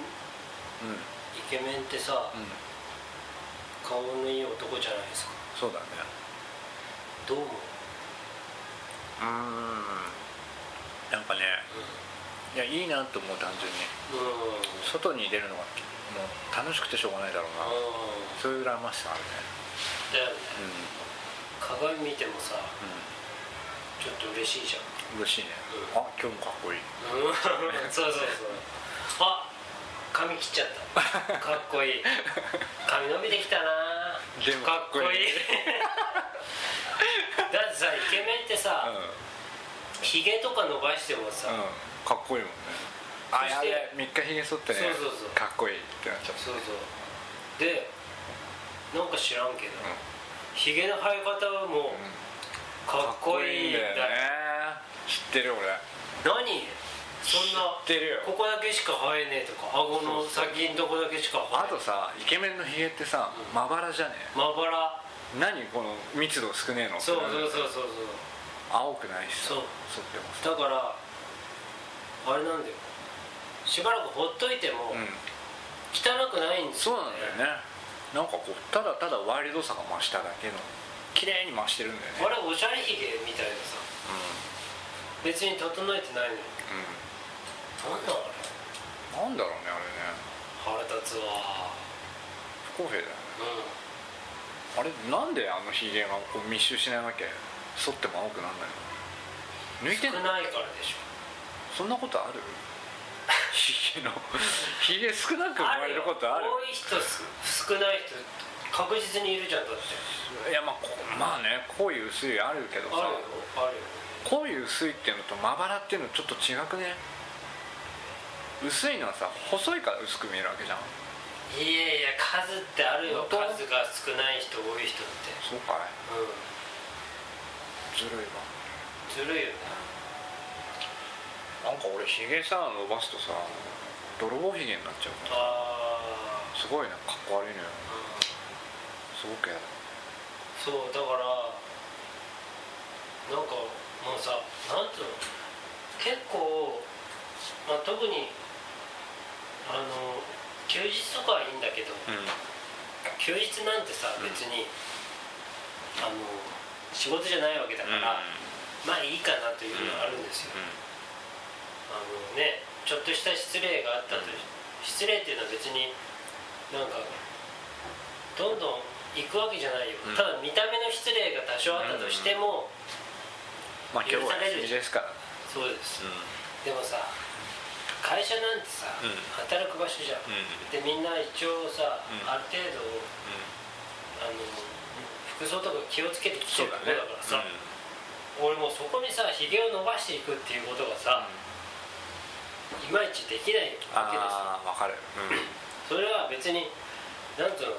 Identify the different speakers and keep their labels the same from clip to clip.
Speaker 1: うん
Speaker 2: イケメンってさ、
Speaker 1: うん
Speaker 2: 顔のいい男じゃないですか
Speaker 1: そうだね
Speaker 2: どう思う、
Speaker 1: うーんなんかねいやいいなと思う単純に
Speaker 2: うんうん
Speaker 1: 外に出るのがもう楽しくてしょうがないだろうな、そういう羨ましさあるね
Speaker 2: だよね鏡見てもさ
Speaker 1: う
Speaker 2: ちょっと嬉しいじゃん、
Speaker 1: ん、うん、嬉しいね、
Speaker 2: うん
Speaker 1: あ今日もかっこいい
Speaker 2: うん、 そうそうそうあ髪切っちゃ ったかっこいい髪伸びてきたな
Speaker 1: でも
Speaker 2: かっこいい
Speaker 1: かっこいい
Speaker 2: だってさイケメンって
Speaker 1: うん、
Speaker 2: さ
Speaker 1: うん、
Speaker 2: ひげ、とか伸ばしてもさ、
Speaker 1: かっこいいもんねあ
Speaker 2: そし
Speaker 1: や
Speaker 2: て
Speaker 1: べえ3日ひげ剃ってね
Speaker 2: そうそうそう
Speaker 1: かっこいいってなっちゃった
Speaker 2: そうそうでなんか知らんけどひげ、の生え方はもう、かっこいいんだよ
Speaker 1: ね知ってる俺
Speaker 2: 何そんな
Speaker 1: 知ってるよ
Speaker 2: ここだけしか生えねえとか顎の先んとこだけしか
Speaker 1: あ
Speaker 2: 生え
Speaker 1: とさイケメンのヒゲってさまばらじゃね
Speaker 2: まばら
Speaker 1: え何この密度少ねえの
Speaker 2: そうそう
Speaker 1: ってなる
Speaker 2: そうそう
Speaker 1: 青くないしさ
Speaker 2: そう
Speaker 1: 剃っても
Speaker 2: そうだからあれなんだよしばらくほっといても、
Speaker 1: うん
Speaker 2: 汚くないんです
Speaker 1: そう
Speaker 2: よ、
Speaker 1: なんだよねなんかこうただただワイルドさが増しただけの綺麗に増してるんだよね
Speaker 2: あれおしゃれひげみたいなさ別に整えてないのに
Speaker 1: う
Speaker 2: なんなんあれ
Speaker 1: ん、うん、なんだろうねあれね
Speaker 2: 腹立つわ
Speaker 1: 不公平だよね
Speaker 2: うん
Speaker 1: あれなんであのヒゲがこう密集しないわけ剃っても青くなんないの抜いて
Speaker 2: 少
Speaker 1: んの
Speaker 2: ないからでしょ
Speaker 1: そんなことあるヒゲのヒゲ少なく生まれることある
Speaker 2: 多い人す少ない人確実にいるじゃんだって
Speaker 1: いやまあこまあね濃い薄いあるけど
Speaker 2: あ
Speaker 1: さ
Speaker 2: るよあるよ
Speaker 1: 濃い薄いっていうのとまばらっていうのちょっと違くね薄いのはさ細いから薄く見えるわけじゃん
Speaker 2: いやいや数ってあるよ
Speaker 1: 本当
Speaker 2: 数が少ない人多い人って
Speaker 1: そうかい
Speaker 2: うん
Speaker 1: ずるいわ
Speaker 2: ずるいよね
Speaker 1: なんか俺ヒゲさ伸ばすとさ泥棒ヒゲになっちゃうから
Speaker 2: ああ
Speaker 1: すごいなかっこ悪いのよ
Speaker 2: うん
Speaker 1: すごくやだ
Speaker 2: そうだからなんかもうさなんつうの結構、まあ、特にあの休日とかはいいんだけど、
Speaker 1: うん
Speaker 2: 休日なんてさ
Speaker 1: うん
Speaker 2: 別に、あの仕事じゃないわけだから、まあいいかなというのはあるんですよ、あのねちょっとした失礼があったと、失礼っていうのは別になんかどんどん行くわけじゃないよ、
Speaker 1: うん
Speaker 2: ただ見た目の失礼が多少あったとしても、
Speaker 1: まあ今日は休みですから
Speaker 2: そうです、
Speaker 1: うん
Speaker 2: でもさ会社なんてさ、
Speaker 1: うん
Speaker 2: 働く場所じゃん、
Speaker 1: うん
Speaker 2: でみんな一応さ、
Speaker 1: うん
Speaker 2: ある程度あの服装とか気をつけてきて
Speaker 1: そう
Speaker 2: ると
Speaker 1: だ
Speaker 2: こだ
Speaker 1: ね
Speaker 2: からさ、俺もうそこにさひげを伸ばしていくっていうことがさ、いまいちできないわけですよ
Speaker 1: ああ分かる
Speaker 2: それは別になんつう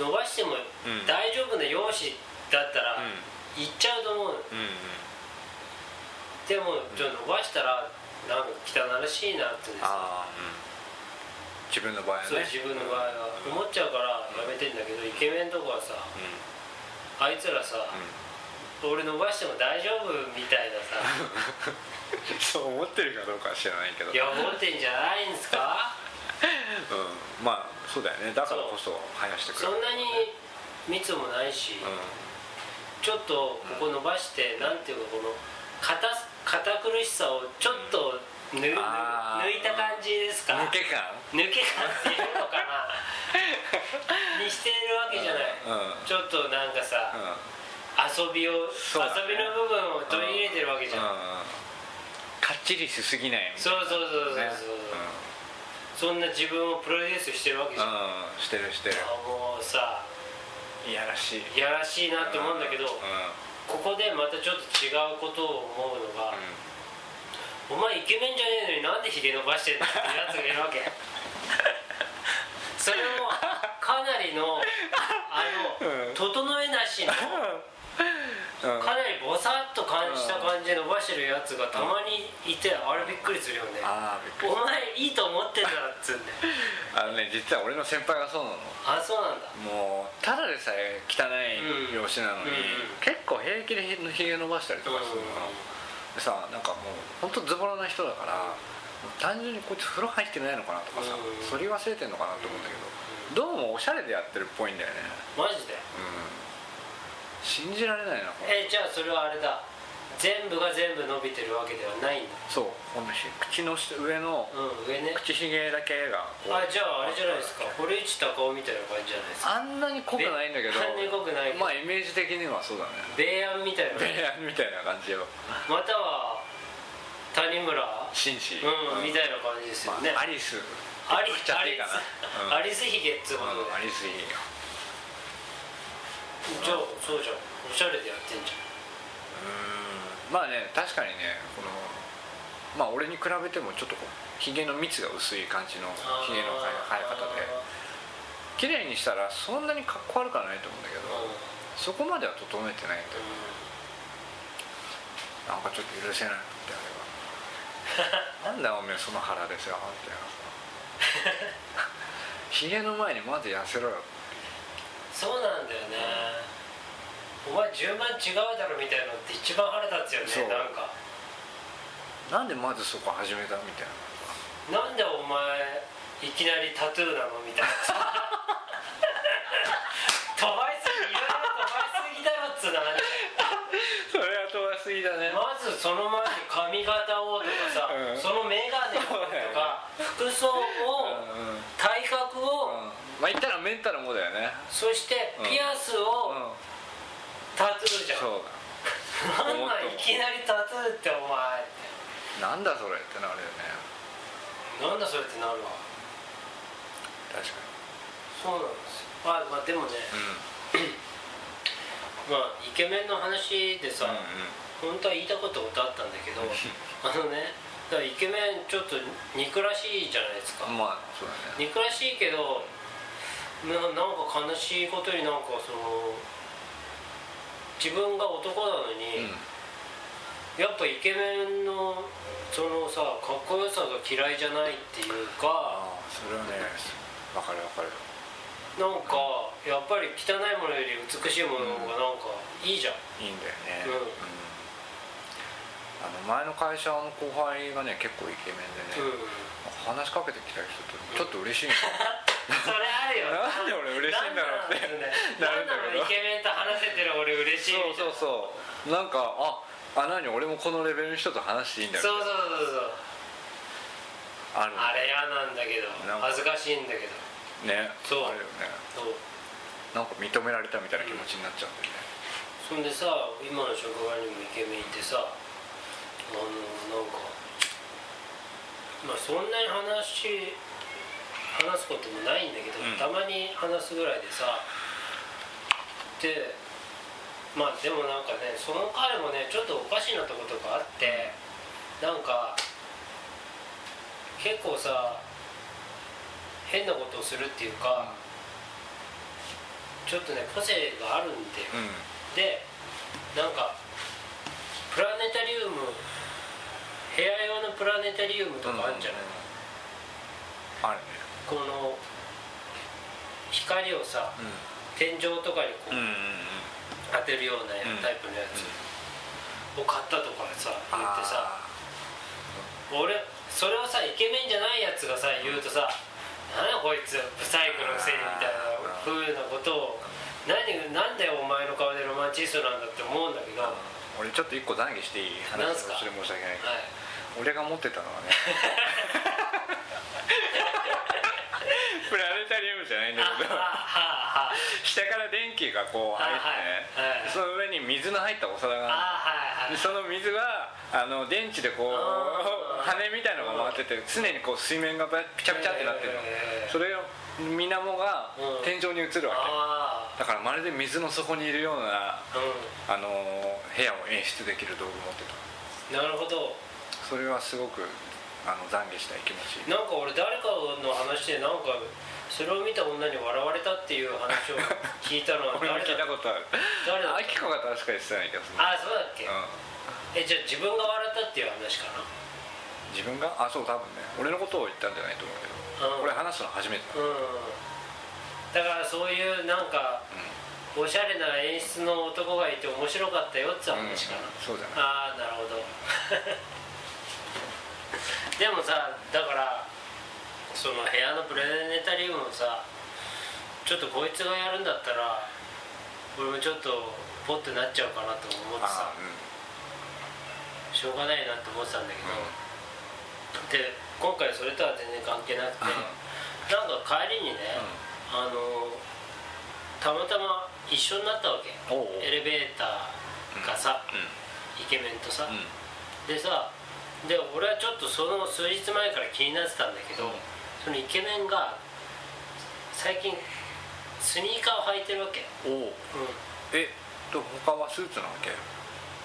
Speaker 2: の伸ばしても
Speaker 1: うん
Speaker 2: 大丈夫な容姿だったら
Speaker 1: うん
Speaker 2: 行っちゃうと思うの
Speaker 1: うんうん
Speaker 2: でもちょっと伸ばしたらなんか汚らしいなってねさ
Speaker 1: ああ自分の場合は
Speaker 2: そう
Speaker 1: ね
Speaker 2: 自分の場合は思っちゃうからやめてんだけどイケメンとかはさ
Speaker 1: うん
Speaker 2: あいつらさ俺伸ばしても大丈夫みたいなさ
Speaker 1: そう思ってるかどうかは知らないけど
Speaker 2: いや思ってんじゃないんですか
Speaker 1: うんまあそうだよねだからこそ生やしてくれ
Speaker 2: そ
Speaker 1: る
Speaker 2: んなに密もないし、
Speaker 1: うん
Speaker 2: ちょっとここ伸ばして、なんていうかこの堅す堅苦しさをちょっとぬ抜
Speaker 1: あー
Speaker 2: 抜いた感じですか
Speaker 1: 抜け感
Speaker 2: 抜け感っていうのかな にしてるわけじゃない、
Speaker 1: うんうん
Speaker 2: ちょっとなんかさ、遊びを、
Speaker 1: そうだね
Speaker 2: 遊びの部分を取り入れてるわけじゃん、
Speaker 1: んかっちりしすぎないみたい
Speaker 2: そうそうそうそうそう、
Speaker 1: なね
Speaker 2: そんな自分をプロデュースしてるわけじゃん、あ
Speaker 1: うんうんしてるしてる
Speaker 2: もうさ
Speaker 1: いやらしい
Speaker 2: いやらしいなって思うんだけど、
Speaker 1: うん
Speaker 2: ここでまたちょっと違うことを思うのが、お前イケメンじゃねえのになんでヒゲ伸ばしてんだってやつがいるわ けそれもかなりのあの、
Speaker 1: うん
Speaker 2: 整えなしのか
Speaker 1: うんうん
Speaker 2: なりボサッと感じた感じで伸ばしてるやつがたまにいてあれびっくりするよね
Speaker 1: あーびっくり
Speaker 2: お前いいと思ってんだっつ うんで
Speaker 1: あのね実は俺の先輩がそうなの
Speaker 2: あそうなんだ
Speaker 1: もうただでさえ汚
Speaker 2: うん
Speaker 1: い容姿なのに、
Speaker 2: うん
Speaker 1: 結構平気でひひげ伸ばしたりとかする
Speaker 2: う
Speaker 1: の、
Speaker 2: ん
Speaker 1: でさなんかもう本当ズボラな人だから単純にこいつ風呂入ってないのかなとかさ
Speaker 2: うん
Speaker 1: そり忘れてんのかなと思うんだけどどうもおしゃれでやってるっぽいんだよね
Speaker 2: マジで
Speaker 1: うん信じられないなこれ
Speaker 2: えじゃあそれはあれだ全部が全部伸びてるわけではないんだ
Speaker 1: そうこのひ口の下上の
Speaker 2: うん上ね
Speaker 1: 口ひげだけがこう
Speaker 2: あじゃああれじゃないですか堀内孝雄みたいな感じじゃないですか
Speaker 1: あんなに濃くないんだけど
Speaker 2: あんなに濃くないけど
Speaker 1: まあイメージ的にはそうだね
Speaker 2: 米安みたいな
Speaker 1: ベアみたいな感じよ
Speaker 2: または谷村う
Speaker 1: 紳士
Speaker 2: んみたいな感じですよ
Speaker 1: まあ
Speaker 2: ね
Speaker 1: アリス
Speaker 2: アリ
Speaker 1: 言っちゃっていいかなうん
Speaker 2: アリスヒゲっつうこ
Speaker 1: うん
Speaker 2: と
Speaker 1: ア
Speaker 2: で
Speaker 1: リスいいよ
Speaker 2: じゃあそうじゃんおしゃれでやってんじゃん
Speaker 1: うんまあね確かにねこのまあ俺に比べてもちょっとこうひげの密が薄い感じの
Speaker 2: あー
Speaker 1: ひげの生え方で綺麗にしたらそんなにかっこ悪くはないと思うんだけ
Speaker 2: う
Speaker 1: ど
Speaker 2: んうん
Speaker 1: そこまでは整えてないんだよなんかちょっと許せないってあれ はなんだおめえその腹ですよみたいなさひげの前にまず痩せろよ
Speaker 2: そうなんだよねお前10万違うだろみたいなのって一番腹立つよ
Speaker 1: そ
Speaker 2: ね
Speaker 1: う
Speaker 2: なんか
Speaker 1: なんでまずそこ始めたみたいな
Speaker 2: なんでお前いきなりタトゥーなのみたいな さ飛ばしすぎいろいろ飛ばしすぎだろっつうの話
Speaker 1: それは遠すぎだね
Speaker 2: まずその前に髪型をとかさ、
Speaker 1: うん
Speaker 2: その眼鏡をとか服装を、体格を、
Speaker 1: まあ言ったらメンタルもだよね
Speaker 2: そしてピアス
Speaker 1: う
Speaker 2: を
Speaker 1: ん
Speaker 2: タトゥーじゃん、
Speaker 1: そう
Speaker 2: なんなんいきなりタトゥーってお前
Speaker 1: だなんだそれってなるよね
Speaker 2: なんだそれってなるわ
Speaker 1: 確か
Speaker 2: そうなんですよまあまあでもね、
Speaker 1: に
Speaker 2: まあイケメンの話でさ、
Speaker 1: うん
Speaker 2: 本当は言いたことあったんだけ どあのねだからイケメンちょっと憎らしいじゃないですか、
Speaker 1: うんまあそうだね
Speaker 2: 憎らしいけどななんか悲しいことになんかその自分が男なの
Speaker 1: うん
Speaker 2: に、やっぱイケメンのそのさかっこよさが嫌いじゃないっていうか
Speaker 1: ああそれはねわかるわかる
Speaker 2: なんかやっぱり汚いものより美しいものの方がなんかいいじゃん、
Speaker 1: いいんだよね
Speaker 2: うん
Speaker 1: あの前の会社の後輩がね結構イケメンで
Speaker 2: う
Speaker 1: ね
Speaker 2: ん、
Speaker 1: 話しかけてきた人とちょっと嬉しいんですよ
Speaker 2: それあるよな
Speaker 1: なんで俺嬉しいんだろうって
Speaker 2: な
Speaker 1: なんる
Speaker 2: なんん
Speaker 1: だ
Speaker 2: だ
Speaker 1: け
Speaker 2: ろ
Speaker 1: ど
Speaker 2: うイケメンと話せてる俺嬉しいみたい
Speaker 1: そう
Speaker 2: な
Speaker 1: そうそうなんかああ何俺もこのレベルの人と話していいんだよ
Speaker 2: そうそうそうそう
Speaker 1: ある
Speaker 2: あれ嫌なんだけど
Speaker 1: なんか
Speaker 2: 恥ずかしいんだけど
Speaker 1: ね
Speaker 2: そう
Speaker 1: あるよね
Speaker 2: そう
Speaker 1: なんか認められたみたいな気持ちになっちゃうんだよね
Speaker 2: そんでさ今の職場にもイケメンいてさあのなんかまあそんなに話話すこともないんだけど、
Speaker 1: うん
Speaker 2: たまに話すぐらいでさでまあでもなんかねその彼もねちょっとおかしいなとことがあってなんか結構さ変なことをするっていうか、ちょっとね個性があるんで、でなんかプラネタリウム部屋用のプラネタリウムと
Speaker 1: うん
Speaker 2: かあるんじゃない、
Speaker 1: ある
Speaker 2: この光をさ
Speaker 1: ね
Speaker 2: 天井とかにこう、
Speaker 1: うんうんうん
Speaker 2: 当てるようなや
Speaker 1: うん
Speaker 2: タイプのやつを買ったとかさ言ってさ俺それをさイケメンじゃないやつがさ言うとさ「なんだこいつブサイクのくせに」みたいな
Speaker 1: あー
Speaker 2: ふうなことを「何なんだよお前の顔でロマンチストなんだ」って思うんだけど、
Speaker 1: あー俺ちょっと一個談義していい話
Speaker 2: なん
Speaker 1: を
Speaker 2: すか
Speaker 1: それ申し訳ないけど
Speaker 2: はい
Speaker 1: 俺が持ってたの はねプラネタリウムじゃないん
Speaker 2: あ
Speaker 1: だけど
Speaker 2: はあはあはあ
Speaker 1: 下から電気がこう入って
Speaker 2: はいはいはい
Speaker 1: ねその上に水の入ったお皿があるの
Speaker 2: あはいはい
Speaker 1: でその水があの電池でこう
Speaker 2: あー
Speaker 1: 羽みたいのが回ってて常にこう水面がピチャピチャってなってるの
Speaker 2: へー
Speaker 1: それを水面が
Speaker 2: うん
Speaker 1: 天井に映るわ
Speaker 2: あ
Speaker 1: けだからまるで水の底にいるような
Speaker 2: あう
Speaker 1: あのー部屋を演出できる道具持って
Speaker 2: ん
Speaker 1: た
Speaker 2: なるほど
Speaker 1: それはすごくあの懺悔したい気持ち
Speaker 2: なんか俺誰かの話でなんかそれを見た女に笑われたっていう話を聞いたのは
Speaker 1: 俺も
Speaker 2: 誰
Speaker 1: 聞いた
Speaker 2: だ
Speaker 1: ことある
Speaker 2: 誰だ
Speaker 1: あきこが確かにしてないけど
Speaker 2: あそうだっけ
Speaker 1: うん
Speaker 2: えじゃあ自分が笑ったっていう話かな
Speaker 1: 自分があそう多分ね俺のことを言ったんじゃないと思うけ
Speaker 2: うん
Speaker 1: ど俺話すの初めてだ
Speaker 2: うんだからそういうなんかおしゃれな演出の男がいて面白かったよって
Speaker 1: うん
Speaker 2: 話かな、
Speaker 1: そうじゃない
Speaker 2: ああなるほど でもさだからその部屋のプレネタリウムをさちょっとこいつがやるんだったら俺もちょっとポッてなっちゃうかなと思ってさ
Speaker 1: あー
Speaker 2: しょうがないなって思ってたんだけど、
Speaker 1: うん
Speaker 2: で今回それとは全然関係なくて
Speaker 1: うん
Speaker 2: なんか帰りにね、あのたまたま一緒になったわけ
Speaker 1: おうおう
Speaker 2: エレベーターがさ、イケメンとさ、
Speaker 1: うんうん
Speaker 2: でさで俺はちょっとその数日前から気になってたんだけど、
Speaker 1: うん
Speaker 2: そのイケメンが最近スニーカーを履いてるわけ、
Speaker 1: おう
Speaker 2: うん、
Speaker 1: えと他はスーツなわけ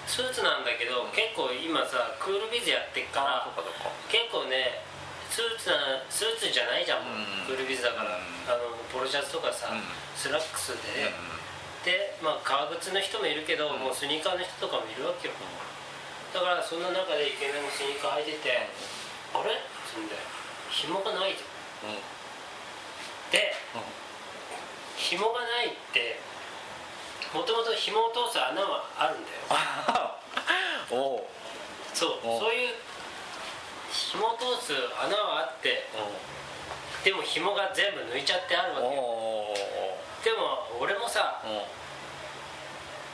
Speaker 2: スーツなんだけど、
Speaker 1: うん
Speaker 2: 結構今さクールビズやってっから
Speaker 1: そうかそうか
Speaker 2: 結構ねスーツなスーツじゃないじゃんもう、
Speaker 1: うん
Speaker 2: クールビズだから、
Speaker 1: うん
Speaker 2: あのポロシャツとかさ、
Speaker 1: うん
Speaker 2: スラックス
Speaker 1: うん
Speaker 2: で、で、まあ、革靴の人もいるけど、
Speaker 1: うん
Speaker 2: もうスニーカーの人とかもいるわけよ、だからそんな中でイケメンのスニーカー履いてて、あれっつうんだよ紐がないじゃん
Speaker 1: うんうん
Speaker 2: で紐がないってもともと紐を通す穴はあるんだよ
Speaker 1: あー おう
Speaker 2: そう
Speaker 1: お
Speaker 2: そういう紐を通す穴はあってでも紐が全部抜いちゃってある
Speaker 1: おうおう
Speaker 2: わけよでも
Speaker 1: おう
Speaker 2: 俺もさ
Speaker 1: おう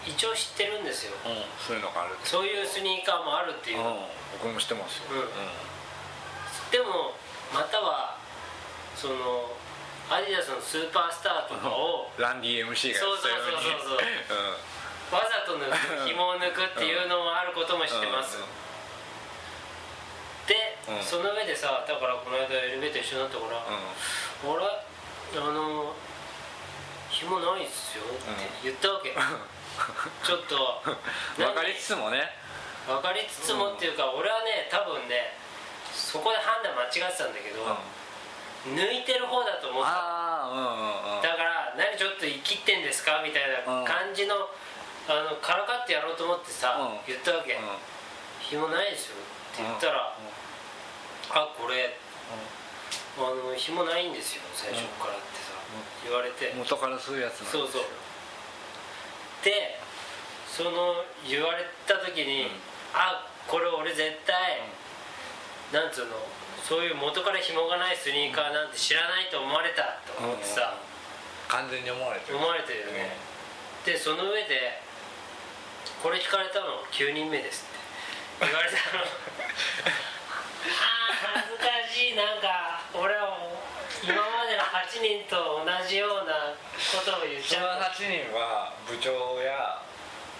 Speaker 2: 一応知ってるんですよ
Speaker 1: うんそういうのがあるって
Speaker 2: そういうスニーカーもあるっていううん
Speaker 1: 僕も知ってますよ
Speaker 2: うんでもまたはそのアディダスのスーパースターとかを
Speaker 1: ランディ MC が
Speaker 2: そうそうそうそうそうわざと抜く紐を抜くっていうのもあることも知ってますで
Speaker 1: うん
Speaker 2: その上でさだからこの間エレベーター一緒になったから「あれあの紐ないっすよ」って言ったわけ ちょっと
Speaker 1: 分かりつつもね
Speaker 2: 分かりつつもっていうか俺はね多分ねそこで判断間違ってたんだけど
Speaker 1: うん
Speaker 2: 抜いてる方だと思ってた
Speaker 1: ああ
Speaker 2: だから何ちょっと生きってんですかみたいな感じのあのからかってやろうと思ってさ
Speaker 1: うん
Speaker 2: 言ったわけ
Speaker 1: うんうんうん
Speaker 2: 「紐ないですよ」って言ったら
Speaker 1: う
Speaker 2: 「
Speaker 1: ん
Speaker 2: あこれあの紐ないんですよ最初から」ってさ言われて
Speaker 1: うん元からそういうやつなんです
Speaker 2: そ
Speaker 1: よ
Speaker 2: うそうでその言われた時に、
Speaker 1: うん
Speaker 2: あこれ俺絶対、なんつうのそういう元から紐がないスニーカーなんて知らないと思われたと思ってさ、
Speaker 1: 完全に思われてる
Speaker 2: 思われてるよね、でその上で「これ引かれたの9人目です」って言われたのあー恥ずかしいなんか俺はもう今までの8人と同じようなことを言っ
Speaker 1: そ
Speaker 2: ち
Speaker 1: の
Speaker 2: ゃった
Speaker 1: 8人は部長や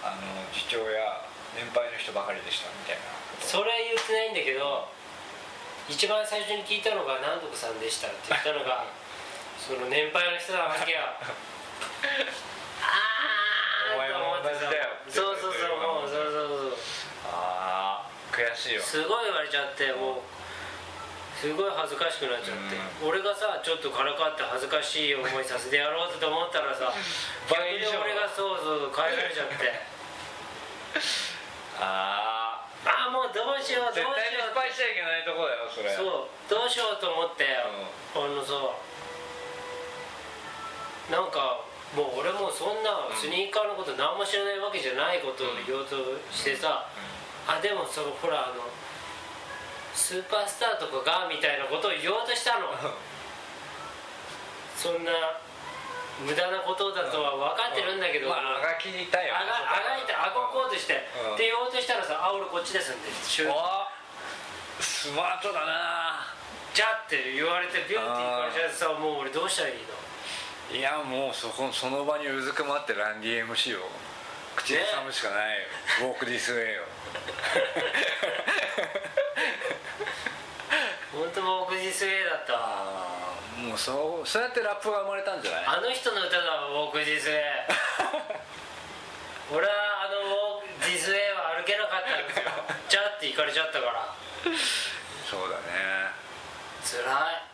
Speaker 1: あの次長や年配の人ばかりでしたみたいな
Speaker 2: それは言ってないんだけど一番最初に聞いたのが「何とかさんでした」って言ったのがその年配の人なわけよあ
Speaker 1: お前
Speaker 2: あ
Speaker 1: も同じだよ
Speaker 2: そうそうそうもうそうそう
Speaker 1: ああ悔しいよ
Speaker 2: そうすごい言われちゃってもうすごい恥ずかしくなっちゃって、俺がさちょっとからかって恥ずかしい思いさせてやろうってと思ったらさ逆
Speaker 1: 倍以
Speaker 2: に
Speaker 1: 上
Speaker 2: 俺がそうそうそう返されちゃって
Speaker 1: ああ
Speaker 2: ああもうどうしようどうし
Speaker 1: 絶対
Speaker 2: よ
Speaker 1: に
Speaker 2: う
Speaker 1: 失敗しちゃいけないとこだよそれ
Speaker 2: そうどうしようと思って、あのさなんかもう俺もそんなスニーカーのこと何も知らないわけじゃないことを言おうとしてさ、あでもそのほらあのスーパースターとかがみたいなことを言おうとしたのそんな無駄なことだとは分かってるんだけど、
Speaker 1: まああがきにいた
Speaker 2: あ
Speaker 1: よ
Speaker 2: があがいてあごこうとして、
Speaker 1: うん
Speaker 2: って言おうとしたらさ「あ俺こっちです」んでシュッ
Speaker 1: おスマートだな
Speaker 2: じゃあって言われてビューティーからしゃってさもう俺どうしたらいいの
Speaker 1: いやもうそこその場にうずくまってランディ MC を口ずさむしかないよ、ウォークディスウェイよ
Speaker 2: 本当もクジスウェイだったわ
Speaker 1: ああもうそうそうやってラップが生まれたんじゃな
Speaker 2: あ
Speaker 1: い
Speaker 2: の人の歌だわウォークジスウ ェイ俺はあのウォークジスウェイは歩けなかったんですよじゃあって行かれちゃったから
Speaker 1: そうだね
Speaker 2: つらい